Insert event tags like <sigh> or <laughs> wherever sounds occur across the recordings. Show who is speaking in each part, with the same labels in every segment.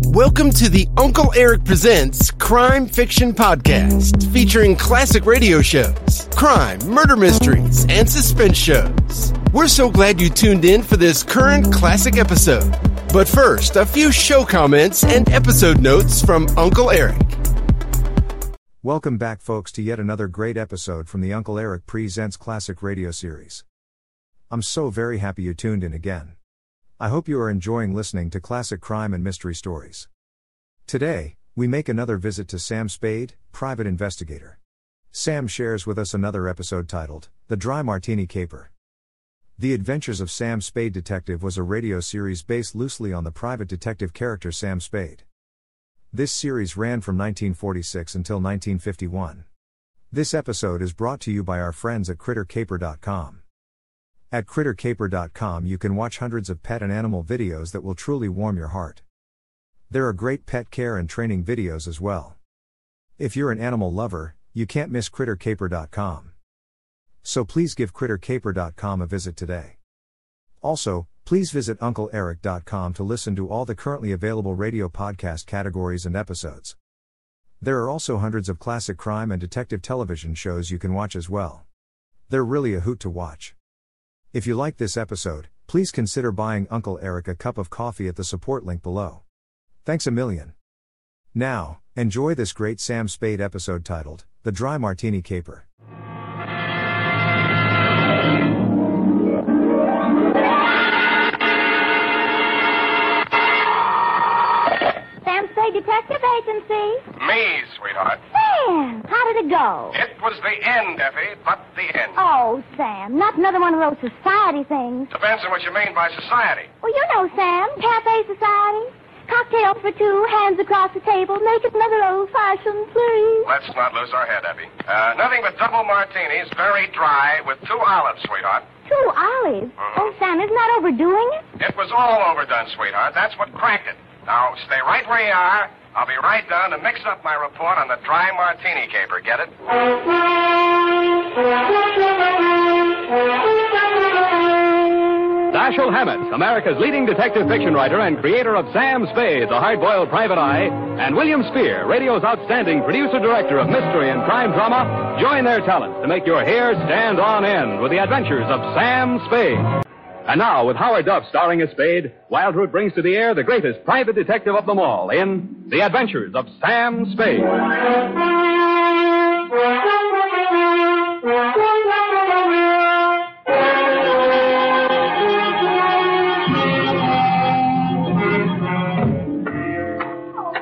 Speaker 1: Welcome to the Uncle Eric Presents Crime Fiction Podcast, featuring classic radio shows, crime, murder mysteries, and suspense shows. We're so glad you tuned in for this current classic episode. But first, a few show comments and episode notes from Uncle Eric.
Speaker 2: Welcome back, folks, to yet another great episode from the Uncle Eric Presents Classic Radio Series. I'm so very happy you tuned in again. I hope you are enjoying listening to classic crime and mystery stories. Today, we make another visit to Sam Spade, private investigator. Sam shares with us another episode titled, The Dry Martini Caper. The Adventures of Sam Spade Detective was a radio series based loosely on the private detective character Sam Spade. This series ran from 1946 until 1951. This episode is brought to you by our friends at CritterCaper.com. At CritterCaper.com, you can watch hundreds of pet and animal videos that will truly warm your heart. There are great pet care and training videos as well. If you're an animal lover, you can't miss CritterCaper.com. So please give CritterCaper.com a visit today. Also, please visit UncleEric.com to listen to all the currently available radio podcast categories and episodes. There are also hundreds of classic crime and detective television shows you can watch as well. They're really a hoot to watch. If you like this episode, please consider buying Uncle Eric a cup of coffee at the support link below. Thanks a million. Now, enjoy this great Sam Spade episode titled The Dry Martini Caper.
Speaker 3: Sam Spade Detective Agency.
Speaker 4: Me, sweetheart.
Speaker 3: Sam, how did it go?
Speaker 4: It was the end, Effie, but the end.
Speaker 3: Oh, Sam, not another one of those society things.
Speaker 4: Depends on what you mean by society.
Speaker 3: Well, you know, Sam, cafe society. Cocktails for two, hands across the table. Make it another old fashioned, please.
Speaker 4: Let's not lose our head, Effie. Uh, nothing but double martinis, very dry, with two olives, sweetheart.
Speaker 3: Two olives. Oh, Sam, isn't that overdoing it?
Speaker 4: It was all overdone, sweetheart. That's what cracked it. Now, stay right where you are. I'll be right down to mix up my report on the dry martini caper. Get it?
Speaker 5: Dashiell Hammett, America's leading detective fiction writer and creator of Sam Spade, the hard-boiled private eye, and William Spear, radio's outstanding producer-director of mystery and crime drama, join their talents to make your hair stand on end with the adventures of Sam Spade. And now, with Howard Duff starring as Spade, Wildroot brings to the air the greatest private detective of them all in The Adventures of Sam Spade.
Speaker 3: Oh,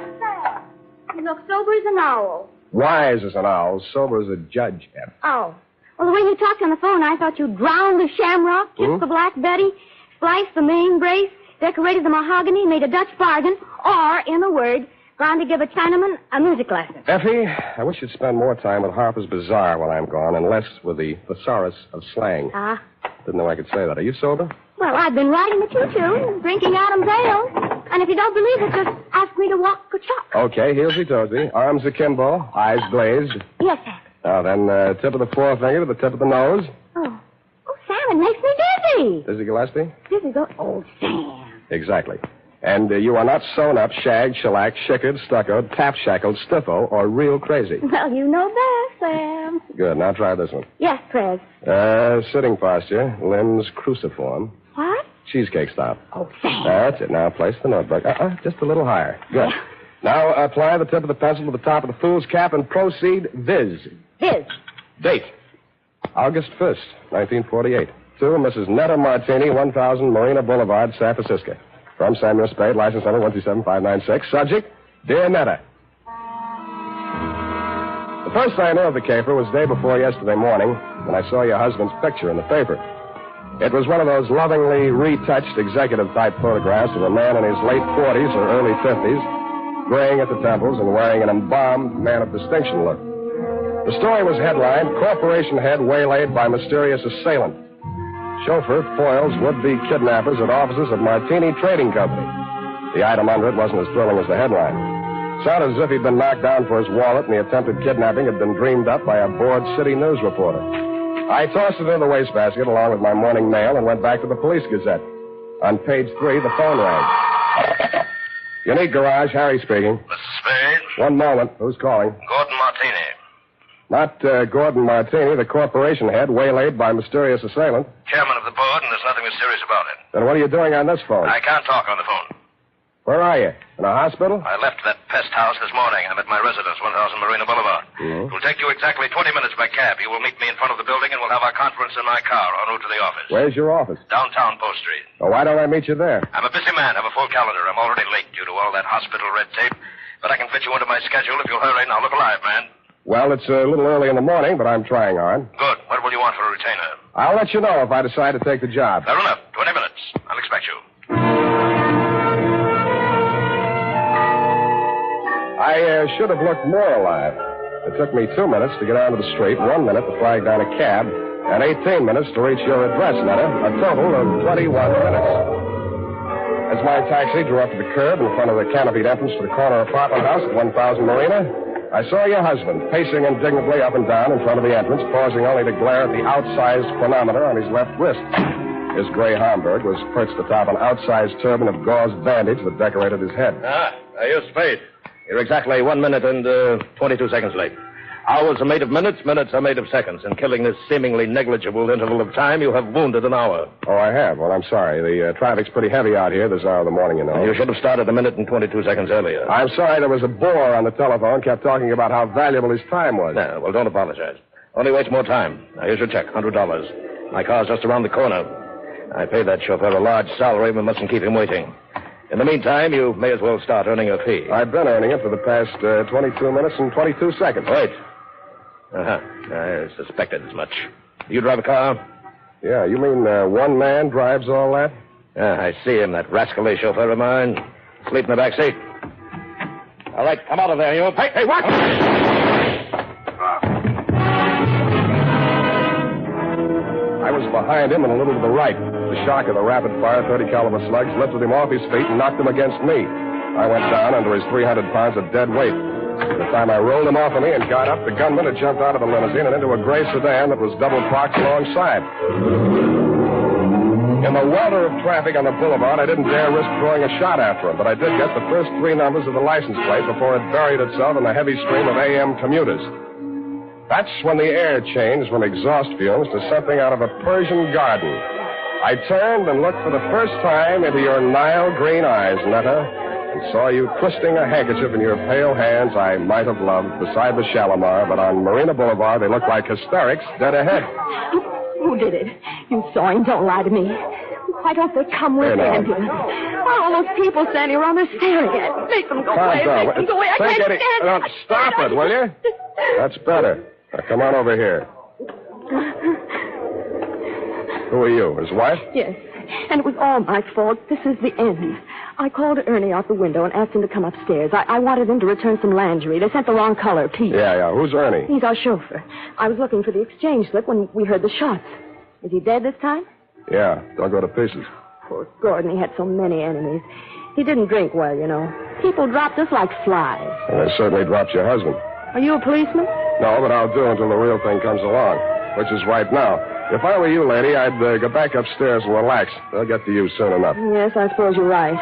Speaker 3: Sam, you look sober as an owl.
Speaker 6: Wise as an owl, sober as a judge, Ed.
Speaker 3: Oh. Well, the way you talked on the phone, I thought you drowned the shamrock, kissed the black betty, spliced the main brace, decorated the mahogany, made a Dutch bargain, or, in a word, gone to give a Chinaman a music lesson.
Speaker 6: Effie, I wish you'd spend more time at Harper's Bazaar when I'm gone, and less with the thesaurus of slang.
Speaker 3: Ah.
Speaker 6: Didn't know I could say that. Are you sober?
Speaker 3: Well, I've been riding the choo-choo and drinking Adam's ale. And if you don't believe it, just ask me to walk a chuck.
Speaker 6: Okay, heels he toes me, arms akimbo, eyes glazed.
Speaker 3: Yes, Sam.
Speaker 6: Now then, uh, tip of the forefinger to the tip of the nose.
Speaker 3: Oh. Oh, Sam, it makes me dizzy.
Speaker 6: Dizzy Gillespie?
Speaker 3: Dizzy go... Oh, Sam.
Speaker 6: Exactly. And uh, you are not sewn up, shagged, shellacked, shickered, stuccoed, tap shackled, stiffo, or real crazy.
Speaker 3: Well, you know best, Sam.
Speaker 6: Good, now try this one.
Speaker 3: Yes, Prez.
Speaker 6: Uh, sitting posture, limbs cruciform,
Speaker 3: What?
Speaker 6: cheesecake style.
Speaker 3: Oh, Sam.
Speaker 6: That's it. Now place the notebook. Uh-uh, just a little higher. Good. Now apply the tip of the pencil to the top of the fool's cap and proceed viz.
Speaker 3: This.
Speaker 6: Date. August 1st, 1948. To Mrs. Netta Martini, 1000 Marina Boulevard, San Francisco. From Samuel Spade, license number 127596. Subject, Dear Netta. The first I knew of the caper was day before yesterday morning when I saw your husband's picture in the paper. It was one of those lovingly retouched executive type photographs of a man in his late 40s or early 50s, graying at the temples and wearing an embalmed man of distinction look. The story was headlined Corporation Head Waylaid by Mysterious Assailant. Chauffeur foils would be kidnappers at offices of Martini Trading Company. The item under it wasn't as thrilling as the headline. Sounded as if he'd been knocked down for his wallet and the attempted kidnapping had been dreamed up by a bored city news reporter. I tossed it in the wastebasket along with my morning mail and went back to the Police Gazette. On page three, the phone rang. Unique Garage, Harry speaking.
Speaker 4: Mr. Spade,
Speaker 6: One moment. Who's calling?
Speaker 4: Gordon Martini.
Speaker 6: Not uh, Gordon Martini, the corporation head waylaid by mysterious assailant.
Speaker 4: Chairman of the board, and there's nothing mysterious about it.
Speaker 6: Then what are you doing on this phone?
Speaker 4: I can't talk on the phone.
Speaker 6: Where are you? In a hospital?
Speaker 4: I left that pest house this morning. I'm at my residence, 1000 Marina Boulevard. It will take you exactly 20 minutes by cab. You will meet me in front of the building, and we'll have our conference in my car en route to the office.
Speaker 6: Where's your office?
Speaker 4: Downtown Post Street.
Speaker 6: Oh, why don't I meet you there?
Speaker 4: I'm a busy man. have a full calendar. I'm already late due to all that hospital red tape. But I can fit you into my schedule if you'll hurry. Now, look alive, man.
Speaker 6: Well, it's a little early in the morning, but I'm trying on.
Speaker 4: Good. What will you want for a retainer?
Speaker 6: I'll let you know if I decide to take the job.
Speaker 4: Fair enough. 20 minutes. I'll expect you.
Speaker 6: I uh, should have looked more alive. It took me two minutes to get onto the street, one minute to flag down a cab, and 18 minutes to reach your address letter, a total of 21 minutes. As my taxi drew up to the curb in front of the canopied entrance to the corner apartment house at 1000 Marina, I saw your husband pacing indignantly up and down in front of the entrance, pausing only to glare at the outsized chronometer on his left wrist. His gray Homburg was perched atop an outsized turban of gauze bandage that decorated his head.
Speaker 7: Ah, uh, you spade. You're exactly one minute and uh, 22 seconds late. Hours are made of minutes, minutes are made of seconds. In killing this seemingly negligible interval of time, you have wounded an hour.
Speaker 6: Oh, I have. Well, I'm sorry. The uh, traffic's pretty heavy out here this hour of the morning, you know.
Speaker 7: You should have started a minute and 22 seconds earlier.
Speaker 6: I'm sorry there was a bore on the telephone, kept talking about how valuable his time was.
Speaker 7: No, well, don't apologize. Only waste more time. Now, here's your check, $100. My car's just around the corner. I paid that chauffeur a large salary and mustn't keep him waiting. In the meantime, you may as well start earning your fee.
Speaker 6: I've been earning it for the past uh, 22 minutes and 22 seconds.
Speaker 7: Wait. Uh-huh. I suspected as much. Do you drive a car?
Speaker 6: Yeah, you mean uh, one man drives all that?
Speaker 7: Yeah, I see him, that rascally chauffeur of mine. Sleep in the back seat. All right, come out of there, you. Hey, hey, what?
Speaker 6: I was behind him and a little to the right. The shock of the rapid fire 30 caliber slugs lifted him off his feet and knocked him against me. I went down under his 300 pounds of dead weight. By the time I rolled him off of me and got up, the gunman had jumped out of the limousine and into a gray sedan that was double parked alongside. In the welter of traffic on the boulevard, I didn't dare risk throwing a shot after him, but I did get the first three numbers of the license plate before it buried itself in the heavy stream of AM commuters. That's when the air changed from exhaust fumes to something out of a Persian garden. I turned and looked for the first time into your Nile green eyes, Netta, and saw you twisting a handkerchief in your pale hands I might have loved beside the Shalimar, but on Marina Boulevard they looked like hysterics dead ahead.
Speaker 8: Who did it? You saw him. Don't lie to me. Why don't they come with
Speaker 6: Hey,
Speaker 8: the
Speaker 6: now.
Speaker 8: ambulance? Why are all those people standing around there staring at it? Make them go
Speaker 6: Calm
Speaker 8: away.
Speaker 6: down.
Speaker 8: Make them go away. I
Speaker 6: Take
Speaker 8: can't
Speaker 6: it e-
Speaker 8: stand
Speaker 6: now, stop it, will you? That's better. Now, come on over here. Who are you? His wife?
Speaker 8: Yes. And it was all my fault. This is the end. I called Ernie out the window and asked him to come upstairs. I, I wanted him to return some lingerie. They sent the wrong color, Pete.
Speaker 6: Yeah, yeah. Who's Ernie?
Speaker 8: He's our chauffeur. I was looking for the exchange slip when we heard the shots. Is he dead this time?
Speaker 6: Yeah, don't go to pieces.
Speaker 8: Poor Gordon, he had so many enemies. He didn't drink well, you know. People dropped us like flies.
Speaker 6: And I certainly dropped your husband.
Speaker 8: Are you a policeman?
Speaker 6: No, but I'll do until the real thing comes along, which is right now. If I were you, lady, I'd uh, go back upstairs and relax. They'll get to you soon enough.
Speaker 8: Yes, I suppose you're right.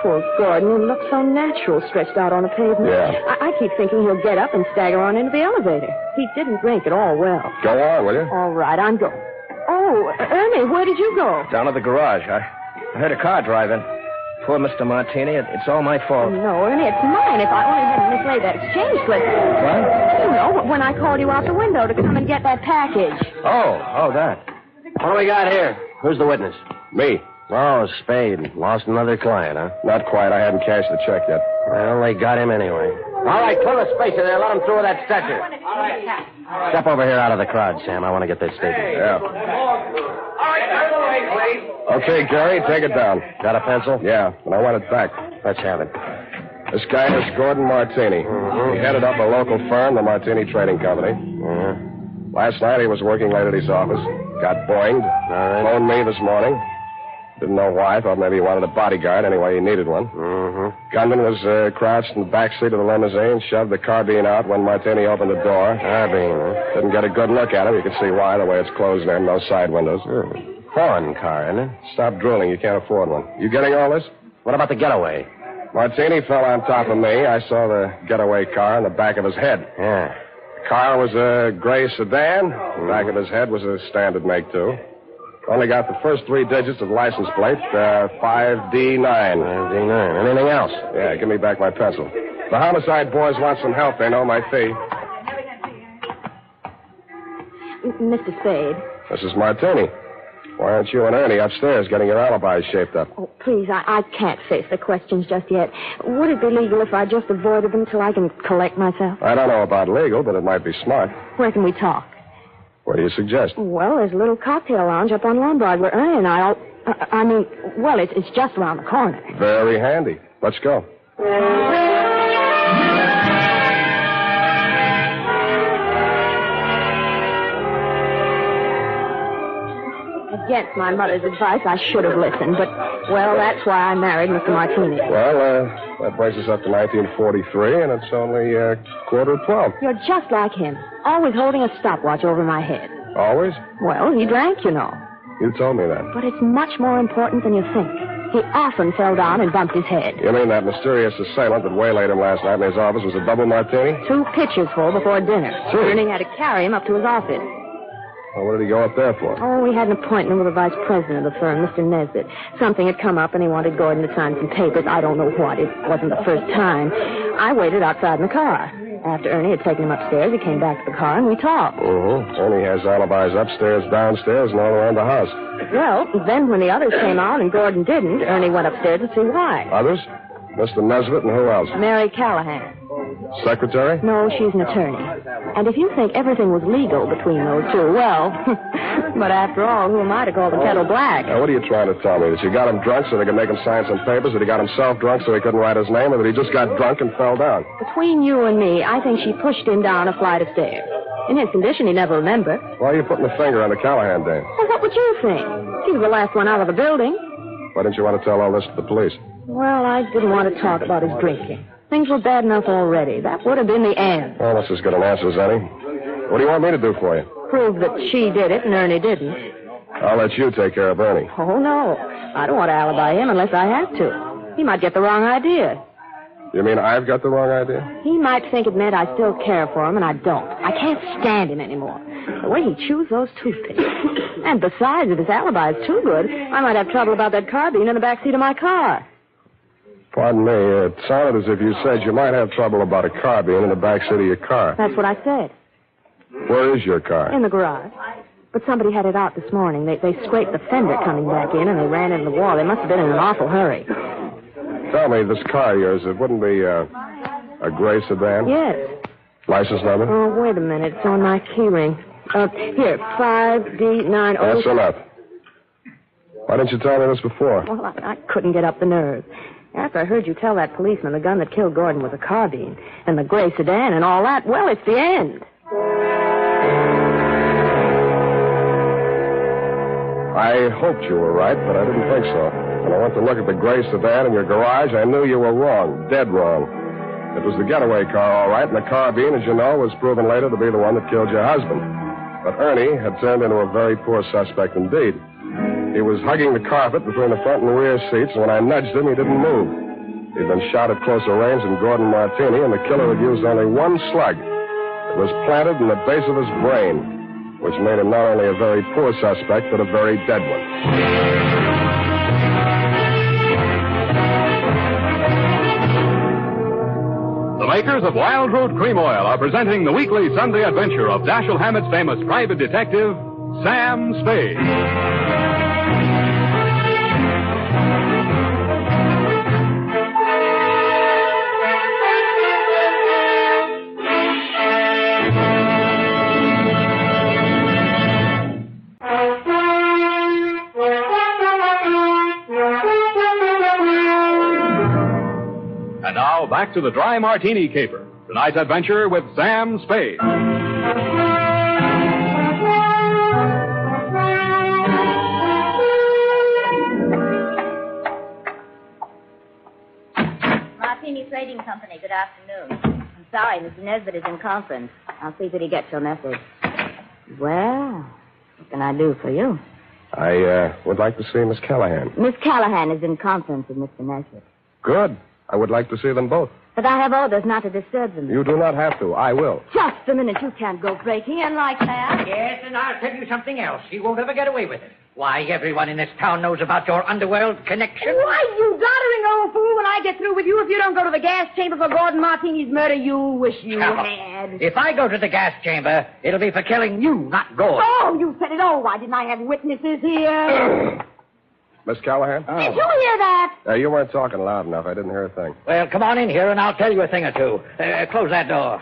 Speaker 8: Poor Gordon, he looked so natural stretched out on the pavement.
Speaker 6: Yeah.
Speaker 8: I, I keep thinking he'll get up and stagger on into the elevator. He didn't drink at all well.
Speaker 6: Go on, will you?
Speaker 8: All right, I'm going. Oh, Ernie, where did you go?
Speaker 7: Down at the garage. I, I heard a car driving. Poor Mr. Martini. It, it's all my fault.
Speaker 8: No, Ernie, it's mine. If I only hadn't mislaid that exchange slip.
Speaker 7: What?
Speaker 8: You know, when I called you out the window to come and get that package.
Speaker 7: Oh, oh, that. What do we got here? Who's the witness?
Speaker 6: Me.
Speaker 7: Oh, Spade. Lost another client, huh?
Speaker 6: Not quite. I hadn't cashed the check yet.
Speaker 7: Well, they got him anyway. All right, clear the space in there. Let him through with that stretcher. All right. Step over here out of the crowd, Sam. I want to get this statement.
Speaker 6: Yeah.
Speaker 9: All right, turn the way, please.
Speaker 6: Okay, Gary, take it down.
Speaker 7: Got a pencil?
Speaker 6: Yeah, and I want it back.
Speaker 7: Let's have it. Mm-hmm.
Speaker 6: This guy is Gordon Martini. He headed up a local firm, the Martini Trading Company.
Speaker 7: Mm-hmm.
Speaker 6: Last night he was working late at his office. Got boinged.
Speaker 7: All right.
Speaker 6: Phoned me this morning. Didn't know why. Thought maybe he wanted a bodyguard. Anyway, he needed one.
Speaker 7: Mm-hmm.
Speaker 6: Gunman was uh, crouched in the back seat of the limousine, shoved the carbine out when Martini opened the door.
Speaker 7: Carbine, huh?
Speaker 6: Didn't get a good look at him. You can see why, the way it's closed in, no side windows.
Speaker 7: Foreign car, isn't it?
Speaker 6: Stop drooling. You can't afford one. You getting all this?
Speaker 7: What about the getaway?
Speaker 6: Martini fell on top of me. I saw the getaway car in the back of his head.
Speaker 7: Yeah.
Speaker 6: The car was a gray sedan. The back of his head was a standard make two. Only got the first three digits of the license plate, uh, 5D9.
Speaker 7: 59. Anything else?
Speaker 6: Yeah, give me back my pencil. The homicide boys want some help. They know my fee.
Speaker 8: M- Mr. Spade.
Speaker 6: Mrs. Martini, why aren't you and Ernie upstairs getting your alibis shaped up?
Speaker 8: Oh, please, I, I can't face the questions just yet. Would it be legal if I just avoided them till I can collect myself?
Speaker 6: I don't know about legal, but it might be smart.
Speaker 8: Where can we talk?
Speaker 6: What do you suggest?
Speaker 8: Well, there's a little cocktail lounge up on Lombard where Ernie and I all. I- I mean, well, it's, it's just around the corner.
Speaker 6: Very handy. Let's go.
Speaker 8: Against my mother's advice, I should have listened, but, well, that's why I married Mr. Martini.
Speaker 6: Well, uh, that brings us up to 1943, and it's only uh, quarter to 12.
Speaker 8: You're just like him, always holding a stopwatch over my head.
Speaker 6: Always?
Speaker 8: Well, he drank, you know.
Speaker 6: You told me that.
Speaker 8: But it's much more important than you think. He often fell down and bumped his head.
Speaker 6: You mean that mysterious assailant that waylaid him last night in his office was a double martini?
Speaker 8: Two pitchers full before dinner.
Speaker 6: Gee.
Speaker 8: Ernie had to carry him up to his office.
Speaker 6: Well, what did he go up there for?
Speaker 8: Oh, we had an appointment with the vice president of the firm, Mr. Nesbitt. Something had come up, and he wanted Gordon to sign some papers. I don't know what. It wasn't the first time. I waited outside in the car. After Ernie had taken him upstairs, he came back to the car, and we talked.
Speaker 6: Mm-hmm. Ernie has alibis upstairs, downstairs, and all around the house.
Speaker 8: Well, then when the others came out and Gordon didn't, Ernie went upstairs to see why.
Speaker 6: Others? Mr. Nesbitt and who else?
Speaker 8: Mary Callahan.
Speaker 6: Secretary?
Speaker 8: No, she's an attorney. And if you think everything was legal between those two, well, <laughs> but after all, who am I to call the kettle black?
Speaker 6: Now, what are you trying to tell me? That you got him drunk so they could make him sign some papers, that he got himself drunk so he couldn't write his name, or that he just got drunk and fell down?
Speaker 8: Between you and me, I think she pushed him down a flight of stairs. In his condition, he never remembered.
Speaker 6: Why are you putting a finger on the Callahan dame?
Speaker 8: Well, what would you think? She was the last one out of the building.
Speaker 6: Why didn't you want to tell all this to the police?
Speaker 8: Well, I didn't want to talk about his drinking. Things were bad enough already. That would have been the end.
Speaker 6: Well, that's as good an answer as any. What do you want me to do for you?
Speaker 8: Prove that she did it and Ernie didn't.
Speaker 6: I'll let you take care of Ernie.
Speaker 8: Oh, no. I don't want to alibi him unless I have to. He might get the wrong idea.
Speaker 6: You mean I've got the wrong idea?
Speaker 8: He might think it meant I still care for him, and I don't. I can't stand him anymore. The way he chews those toothpicks. and besides, if his alibi is too good, I might have trouble about that car being in the back seat of my car.
Speaker 6: Pardon me, it sounded as if you said you might have trouble about a car being in the back seat of your car.
Speaker 8: That's what I said.
Speaker 6: Where is your car?
Speaker 8: In the garage. But somebody had it out this morning. They, they scraped the fender coming back in, and they ran into the wall. They must have been in an awful hurry.
Speaker 6: Tell me, this car of yours, it wouldn't be uh, a gray sedan?
Speaker 8: Yes.
Speaker 6: License number?
Speaker 8: Oh, wait a minute. It's on my key ring. Uh, here, 5D90.
Speaker 6: That's enough. Why didn't you tell me this before?
Speaker 8: Well, I, I couldn't get up the nerve. After I heard you tell that policeman the gun that killed Gordon was a carbine and the gray sedan and all that, well, it's the end.
Speaker 6: I hoped you were right, but I didn't think so. When I went to look at the gray sedan in your garage, I knew you were wrong, dead wrong. It was the getaway car, all right, and the carbine, as you know, was proven later to be the one that killed your husband. But Ernie had turned into a very poor suspect indeed. He was hugging the carpet between the front and rear seats, and when I nudged him, he didn't move. He'd been shot at closer range than Gordon Martini, and the killer had used only one slug. It was planted in the base of his brain, which made him not only a very poor suspect, but a very dead one.
Speaker 5: The makers of Wild Root Cream Oil are presenting the weekly Sunday adventure of Dashiell Hammett's famous private detective, Sam Spade. And now back to the Dry Martini Caper. Tonight's adventure with Sam Spade.
Speaker 10: Martini Trading Company, good afternoon. I'm sorry, Mr. Nesbitt is in conference. I'll see that he gets your message. Well, what can I do for you?
Speaker 6: I uh, would like to see Miss Callahan.
Speaker 10: Miss Callahan is in conference with Mr. Nesbitt.
Speaker 6: Good. I would like to see them both.
Speaker 10: But I have orders not to disturb them.
Speaker 6: You do not have to. I will.
Speaker 10: Just a minute. You can't go breaking in like that.
Speaker 11: Yes, and I'll tell you something else. You won't ever get away with it. Why, everyone in this town knows about your underworld connection.
Speaker 3: Why, you doddering old fool, when I get through with you, if you don't go to the gas chamber for Gordon Martini's murder, you wish you
Speaker 11: Come on.
Speaker 3: had.
Speaker 11: If I go to the gas chamber, it'll be for killing you, not Gord.
Speaker 3: Oh, you said it. Oh, why didn't I have witnesses here?
Speaker 6: Miss Callahan?
Speaker 3: Did you hear that?
Speaker 6: Uh, you weren't talking loud enough. I didn't hear a thing.
Speaker 11: Well, come on in here, and I'll tell you a thing or two. Uh, close that door.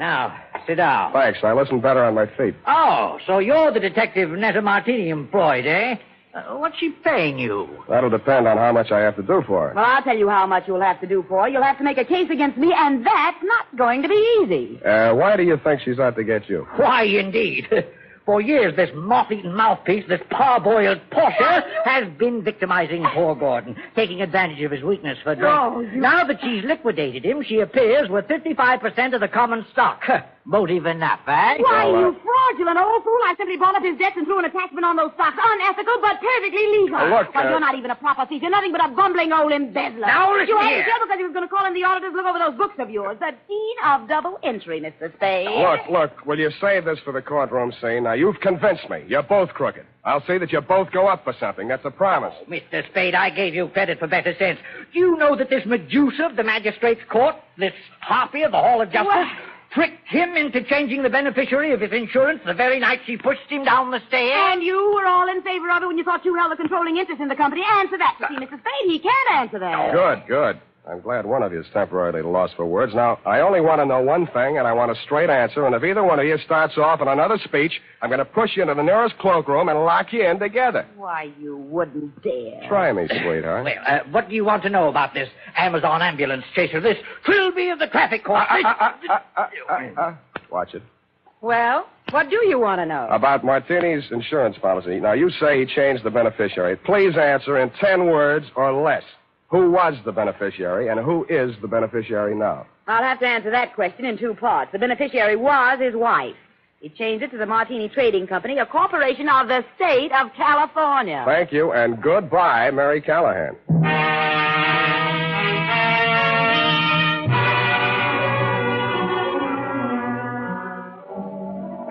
Speaker 11: Now, sit down.
Speaker 6: Thanks. I listen better on my feet.
Speaker 11: Oh, so you're the detective Netta Martini employed, eh? Uh, what's she paying you?
Speaker 6: That'll depend on how much I have to do for it.
Speaker 8: Well, I'll tell you how much you'll have to do for. You'll have to make a case against me, and that's not going to be easy.
Speaker 6: Uh, why do you think she's out to get you?
Speaker 11: Why, indeed. <laughs> For years, this moth-eaten mouthpiece, this parboiled porter, has been victimizing poor Gordon, taking advantage of his weakness for drink.
Speaker 9: No,
Speaker 11: Now that she's liquidated him, she appears with 55% of the common stock. <laughs> Motive enough, eh?
Speaker 3: Why, you fraudulent old fool, I simply bought up his debts and threw an attachment on those stocks. Unethical, but perfectly legal.
Speaker 11: Now, look,
Speaker 3: Why,
Speaker 11: uh,
Speaker 3: you're not even a proper thief. You're nothing but a bumbling old embezzler.
Speaker 9: Now, listen
Speaker 3: You had
Speaker 9: here.
Speaker 3: to jail because he was going to call in the auditors look over those books of yours. The deed of double entry, Mr. Spade.
Speaker 6: Look, look, will you save this for the courtroom scene? Now, you've convinced me. You're both crooked. I'll see that you both go up for something. That's a promise.
Speaker 11: Mr. Spade, I gave you credit for better sense. Do you know that this Medusa of the magistrate's court, this harpy of the Hall of Justice, tricked him into changing the beneficiary of his insurance the very night she pushed him down the stairs?
Speaker 3: And you were all in favor of it when you thought you held a controlling interest in the company. Answer that. See, Mr. Spade, he can't answer that.
Speaker 6: Good, good. I'm glad one of you is temporarily lost for words. Now, I only want to know one thing, and I want a straight answer. And if either one of you starts off on another speech, I'm going to push you into the nearest cloakroom and lock you in together.
Speaker 8: Why, you wouldn't dare.
Speaker 6: Try me, sweetheart.
Speaker 11: Well, uh, what do you want to know about this Amazon ambulance chaser, this Trilby of the traffic court?
Speaker 6: Uh, Watch it.
Speaker 8: Well, what do you want to know?
Speaker 6: About Martini's insurance policy. Now, you say he changed the beneficiary. Please answer in ten words or less. Who was the beneficiary, and who is the beneficiary now?
Speaker 8: I'll have to answer that question in two parts. The beneficiary was his wife. He changed it to the Martini Trading Company, a corporation of the state of California.
Speaker 6: Thank you, and goodbye, Mary Callahan.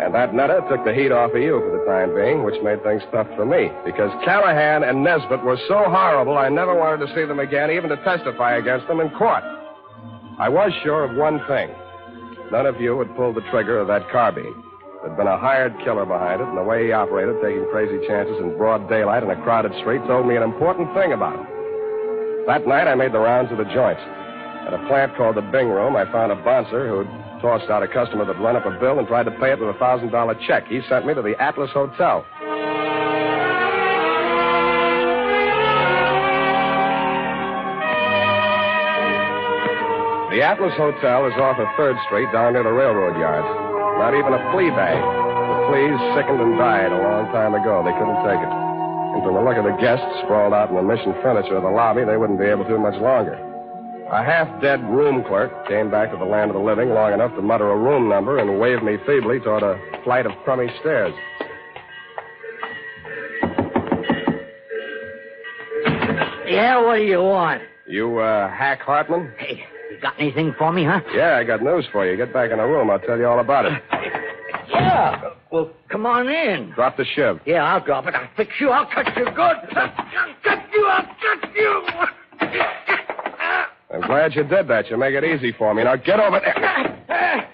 Speaker 6: And that nutter took the heat off of you for the time being, which made things tough for me, because Callahan and Nesbitt were so horrible I never wanted to see them again, even to testify against them in court. I was sure of one thing. None of you had pulled the trigger of that carbine. There'd been a hired killer behind it, and the way he operated, taking crazy chances in broad daylight in a crowded street, told me an important thing about him. That night, I made the rounds of the joints. At a plant called the Bing Room, I found a bouncer who'd tossed out a customer that'd run up a bill and tried to pay it with a thousand dollar check. He sent me to the Atlas Hotel. The Atlas Hotel is off of Third Street down near the railroad yards. Not even a flea bag. The fleas sickened and died a long time ago. They couldn't take it. And from the look of the guests sprawled out in the mission furniture of the lobby, they wouldn't be able to much longer. A half-dead room clerk came back to the land of the living long enough to mutter a room number and wave me feebly toward a flight of crummy stairs.
Speaker 11: Yeah, what do you want?
Speaker 6: You, uh, hack Hartman?
Speaker 11: Hey, you got anything for me, huh?
Speaker 6: Yeah, I got news for you. Get back in the room. I'll tell you all about it.
Speaker 11: Yeah. Well, come on in.
Speaker 6: Drop the shiv.
Speaker 11: Yeah, I'll drop it. I'll fix you. I'll cut you good. I'll cut you. I'll cut you.
Speaker 6: I'm glad you did that. You make it easy for me. Now get over there.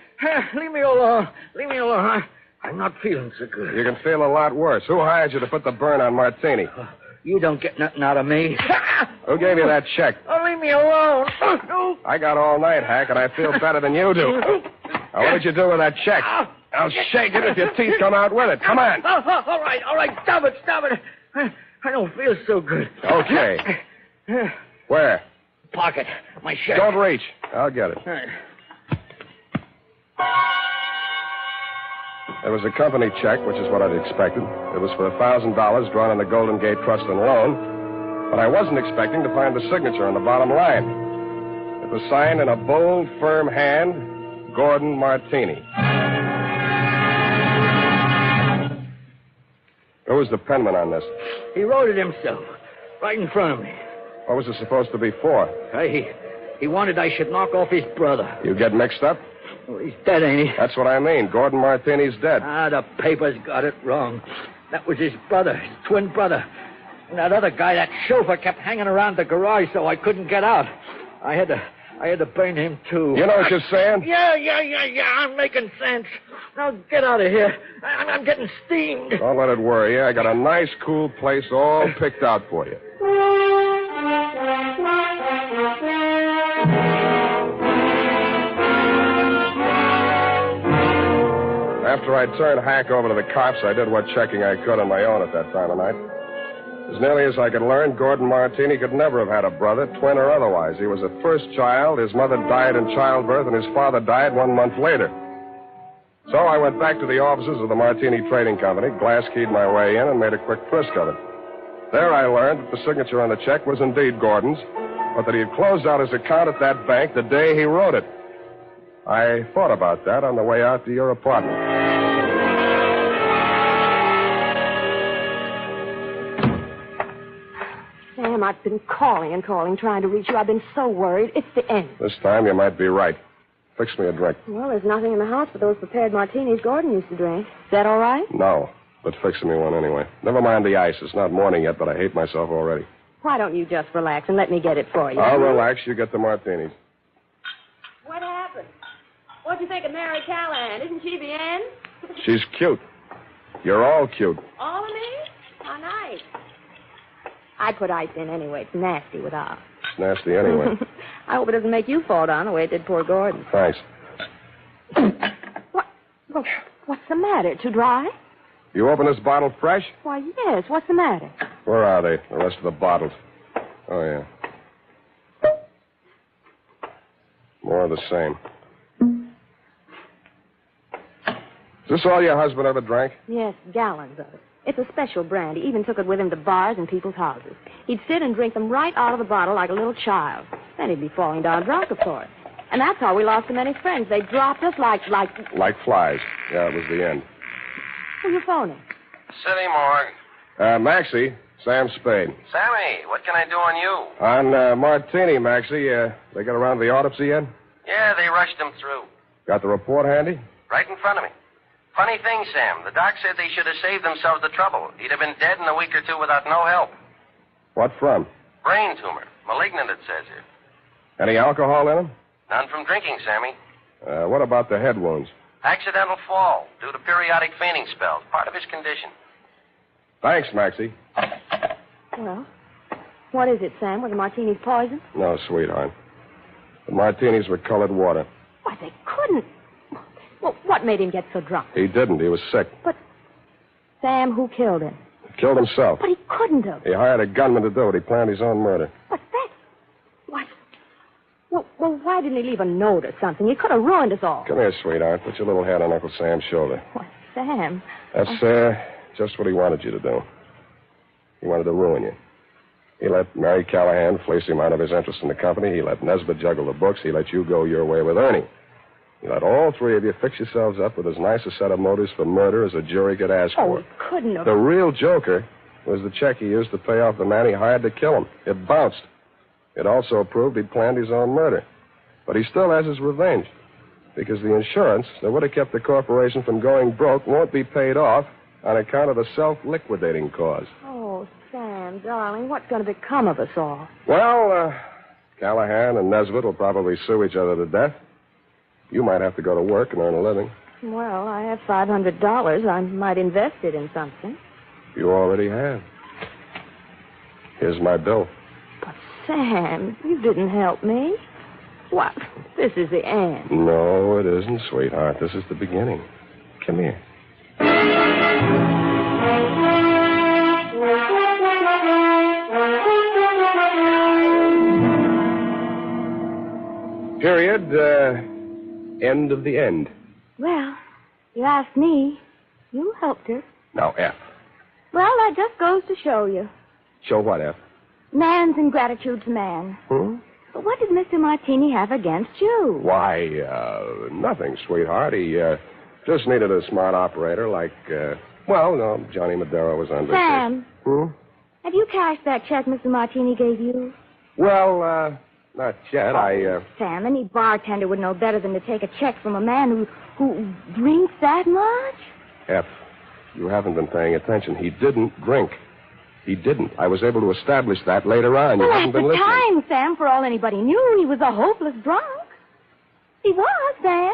Speaker 11: Leave me alone. Leave me alone. I- I'm not feeling so good.
Speaker 6: You can feel a lot worse. Who hired you to put the burn on Martini?
Speaker 11: You don't get nothing out of me.
Speaker 6: Who gave you that check?
Speaker 11: <laughs> Oh, leave me alone. Oh, No.
Speaker 6: I got all night, Hack, and I feel better than you do. Now, what did you do with that check? I'll shake it if your teeth come out with it. Come on.
Speaker 11: Oh, oh, all right, all right. Stop it, stop it. I, I don't feel so good.
Speaker 6: Okay. Where?
Speaker 11: <laughs> Pocket, my shirt.
Speaker 6: Don't reach. I'll get it.
Speaker 11: All right.
Speaker 6: It was a company check, which is what I'd expected. It was for $1,000 drawn on the Golden Gate Trust and Loan, but I wasn't expecting to find the signature on the bottom line. It was signed in a bold, firm hand Gordon Martini. Who was the penman on this?
Speaker 11: He wrote it himself, right in front of me.
Speaker 6: What was it supposed to be for?
Speaker 11: Hey, He wanted I should knock off his brother.
Speaker 6: You get mixed up?
Speaker 11: Well, he's dead, ain't he?
Speaker 6: That's what I mean. Gordon Martini's dead.
Speaker 11: Ah, the papers got it wrong. That was his brother, his twin brother. And that other guy, that chauffeur, kept hanging around the garage so I couldn't get out. I had to, I had to burn him too.
Speaker 6: You know what you're saying?
Speaker 11: Yeah, yeah, yeah, yeah. I'm making sense. Now get out of here. I- I'm, I'm getting steamed.
Speaker 6: Don't let it worry you. I got a nice, cool place all picked out for you. After I turned Hack over to the cops, I did what checking I could on my own at that time of night. As nearly as I could learn, Gordon Martini could never have had a brother, twin or otherwise. He was the first child. His mother died in childbirth, and his father died one month later. So I went back to the offices of the Martini Trading Company, glass keyed my way in, and made a quick frisk of it. There I learned that the signature on the check was indeed Gordon's, but that he had closed out his account at that bank the day he wrote it. I thought about that on the way out to your apartment.
Speaker 8: Sam, I've been calling and calling, trying to reach you. I've been so worried. It's the end.
Speaker 6: This time you might be right. Fix me a drink.
Speaker 8: Well, there's nothing in the house but those prepared martinis Gordon used to drink. Is that all right?
Speaker 6: No, but fix me one anyway. Never mind the ice. It's not morning yet, but I hate myself already.
Speaker 8: Why don't you just relax and let me get it for you?
Speaker 6: I'll relax. You get the martinis.
Speaker 3: What happened? What'd you think of Mary Callahan? Isn't she the end?
Speaker 6: She's cute. You're all cute.
Speaker 3: All of me? How nice.
Speaker 8: I put ice in anyway. It's nasty without.
Speaker 6: It's nasty anyway.
Speaker 8: <laughs> I hope it doesn't make you fall down the way it did poor Gordon.
Speaker 6: Thanks.
Speaker 8: Well, what's the matter? Too dry?
Speaker 6: You open this bottle fresh?
Speaker 8: Why, yes. What's the matter?
Speaker 6: Where are they? The rest of the bottles. Oh, yeah. More of the same. Is this all your husband ever drank?
Speaker 8: Yes, gallons of it. It's a special brand. He even took it with him to bars and people's houses. He'd sit and drink them right out of the bottle like a little child. Then he'd be falling down drunk, of course. And that's how we lost so many friends. They dropped us like, like,
Speaker 6: Like flies. Yeah, it was the end.
Speaker 8: who you phoning?
Speaker 4: City morgue.
Speaker 6: Uh, Maxie, Sam Spade.
Speaker 4: Sammy, what can I do on you?
Speaker 6: On uh, Martini, Maxie, uh, they got around to the autopsy yet?
Speaker 4: Yeah, they rushed him through.
Speaker 6: Got the report handy?
Speaker 4: Right in front of me. Funny thing, Sam. The doc said they should have saved themselves the trouble. He'd have been dead in a week or two without no help.
Speaker 6: What from?
Speaker 4: Brain tumor. Malignant, it says here.
Speaker 6: Any alcohol in him?
Speaker 4: None from drinking, Sammy.
Speaker 6: Uh, what about the head wounds?
Speaker 4: Accidental fall due to periodic fainting spells. Part of his condition.
Speaker 6: Thanks, Maxie.
Speaker 8: Well, what is it, Sam? Were the martinis poisoned?
Speaker 6: No, sweetheart. The martinis were colored water.
Speaker 8: Why, they couldn't. Well, what made him get so drunk?
Speaker 6: He didn't. He was sick.
Speaker 8: Sam, who killed him?
Speaker 6: Killed himself.
Speaker 8: But he couldn't have.
Speaker 6: He hired a gunman to do it. He planned his own murder.
Speaker 8: But that. What? Well, well, why didn't he leave a note or something? He could have ruined us all.
Speaker 6: Come here, sweetheart. Put your little hand on Uncle Sam's shoulder.
Speaker 8: Sam.
Speaker 6: That's uh, just what he wanted you to do. He wanted to ruin you. He let Mary Callahan fleece him out of his interest in the company. He let Nesbitt juggle the books. He let you go your way with Ernie. He let all three of you fix yourselves up with as nice a set of motives for murder as a jury could ask
Speaker 8: Oh,
Speaker 6: for.
Speaker 8: he couldn't have.
Speaker 6: The real joker was the check he used to pay off the man he hired to kill him. It bounced. It also proved he planned his own murder. But he still has his revenge because the insurance that would have kept the corporation from going broke won't be paid off on account of the self liquidating cause.
Speaker 8: Oh, Sam, darling, what's going to become of us all?
Speaker 6: Well, uh, Callahan and Nesbitt will probably sue each other to death. You might have to go to work and earn a living.
Speaker 8: Well, I have $500. I might invest it in something.
Speaker 6: You already have. Here's my bill.
Speaker 8: Sam, you didn't help me. What? This is the end.
Speaker 6: No, it isn't, sweetheart. This is the beginning. Come here. Period. Uh, end of the end.
Speaker 8: Well, you asked me. You helped her.
Speaker 6: Now, F.
Speaker 3: Well, that just goes to show you.
Speaker 6: Show what, F?
Speaker 3: Man's ingratitude to man.
Speaker 6: Hmm?
Speaker 3: But what did Mr. Martini have against you?
Speaker 6: Why, uh, nothing, sweetheart. He, uh, just needed a smart operator like, uh, well, no, Johnny Madero was on vacation.
Speaker 3: Sam,
Speaker 6: Hmm?
Speaker 3: have you cashed that check Mr. Martini gave you?
Speaker 6: Well, uh, Not yet. I, uh,
Speaker 10: Sam, any bartender would know better than to take a check from a man who who drinks that much.
Speaker 6: F, you haven't been paying attention. He didn't drink. He didn't. I was able to establish that later on. You
Speaker 3: well,
Speaker 6: haven't
Speaker 3: at the
Speaker 6: been listening.
Speaker 3: time, Sam, for all anybody knew, he was a hopeless drunk. He was, Sam.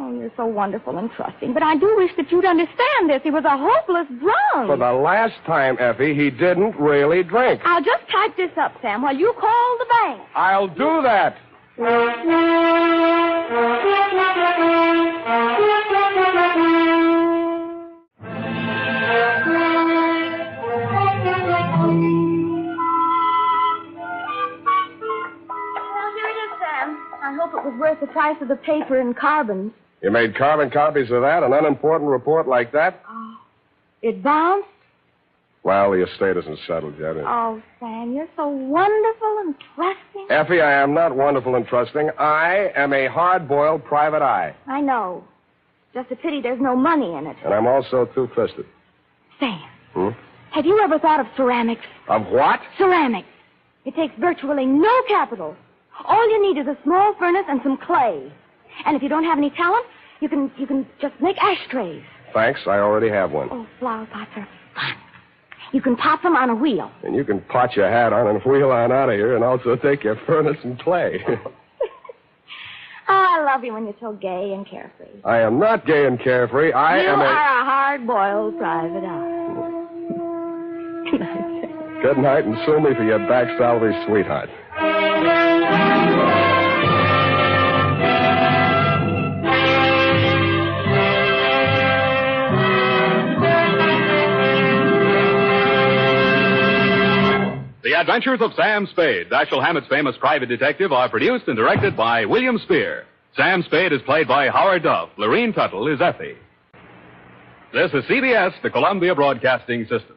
Speaker 3: Oh, you're so wonderful and trusting. But I do wish that you'd understand this. He was a hopeless drunk.
Speaker 6: For the last time, Effie, he didn't really drink.
Speaker 3: I'll just type this up, Sam, while you call the bank.
Speaker 6: I'll do that.
Speaker 3: Well, here it is, Sam. I hope it was worth the price of the paper and carbons.
Speaker 6: You made carbon copies of that, an unimportant report like that?
Speaker 3: Oh. It bounced.
Speaker 6: Well, the estate isn't settled yet. is it?
Speaker 3: Oh, Sam, you're so wonderful and trusting.
Speaker 6: Effie, I am not wonderful and trusting. I am a hard boiled private eye,
Speaker 3: I know. Just a pity there's no money in it.
Speaker 6: and I'm also two fisted.
Speaker 3: Sam,
Speaker 6: Hmm?
Speaker 3: have you ever thought of ceramics?
Speaker 6: Of what?
Speaker 3: Ceramics. It takes virtually no capital. All you need is a small furnace and some clay. And if you don't have any talent, you can you can just make ashtrays.
Speaker 6: Thanks, I already have one.
Speaker 3: Oh, flower pots are fun. You can pop them on a wheel.
Speaker 6: And you can pot your hat on and wheel on out of here and also take your furnace and play.
Speaker 3: Oh, I love you when you're so gay and carefree.
Speaker 6: <laughs> I am not gay and carefree. I
Speaker 3: you
Speaker 6: am a.
Speaker 3: are a hard-boiled private eye.
Speaker 6: Good night and sue me for your back salary, sweetheart.
Speaker 5: The Adventures of Sam Spade, Dashiell Hammett's famous private detective, are produced and directed by William Spear. Sam Spade is played by Howard Duff. Lorene Tuttle is Effie. This is CBS, the Columbia Broadcasting System.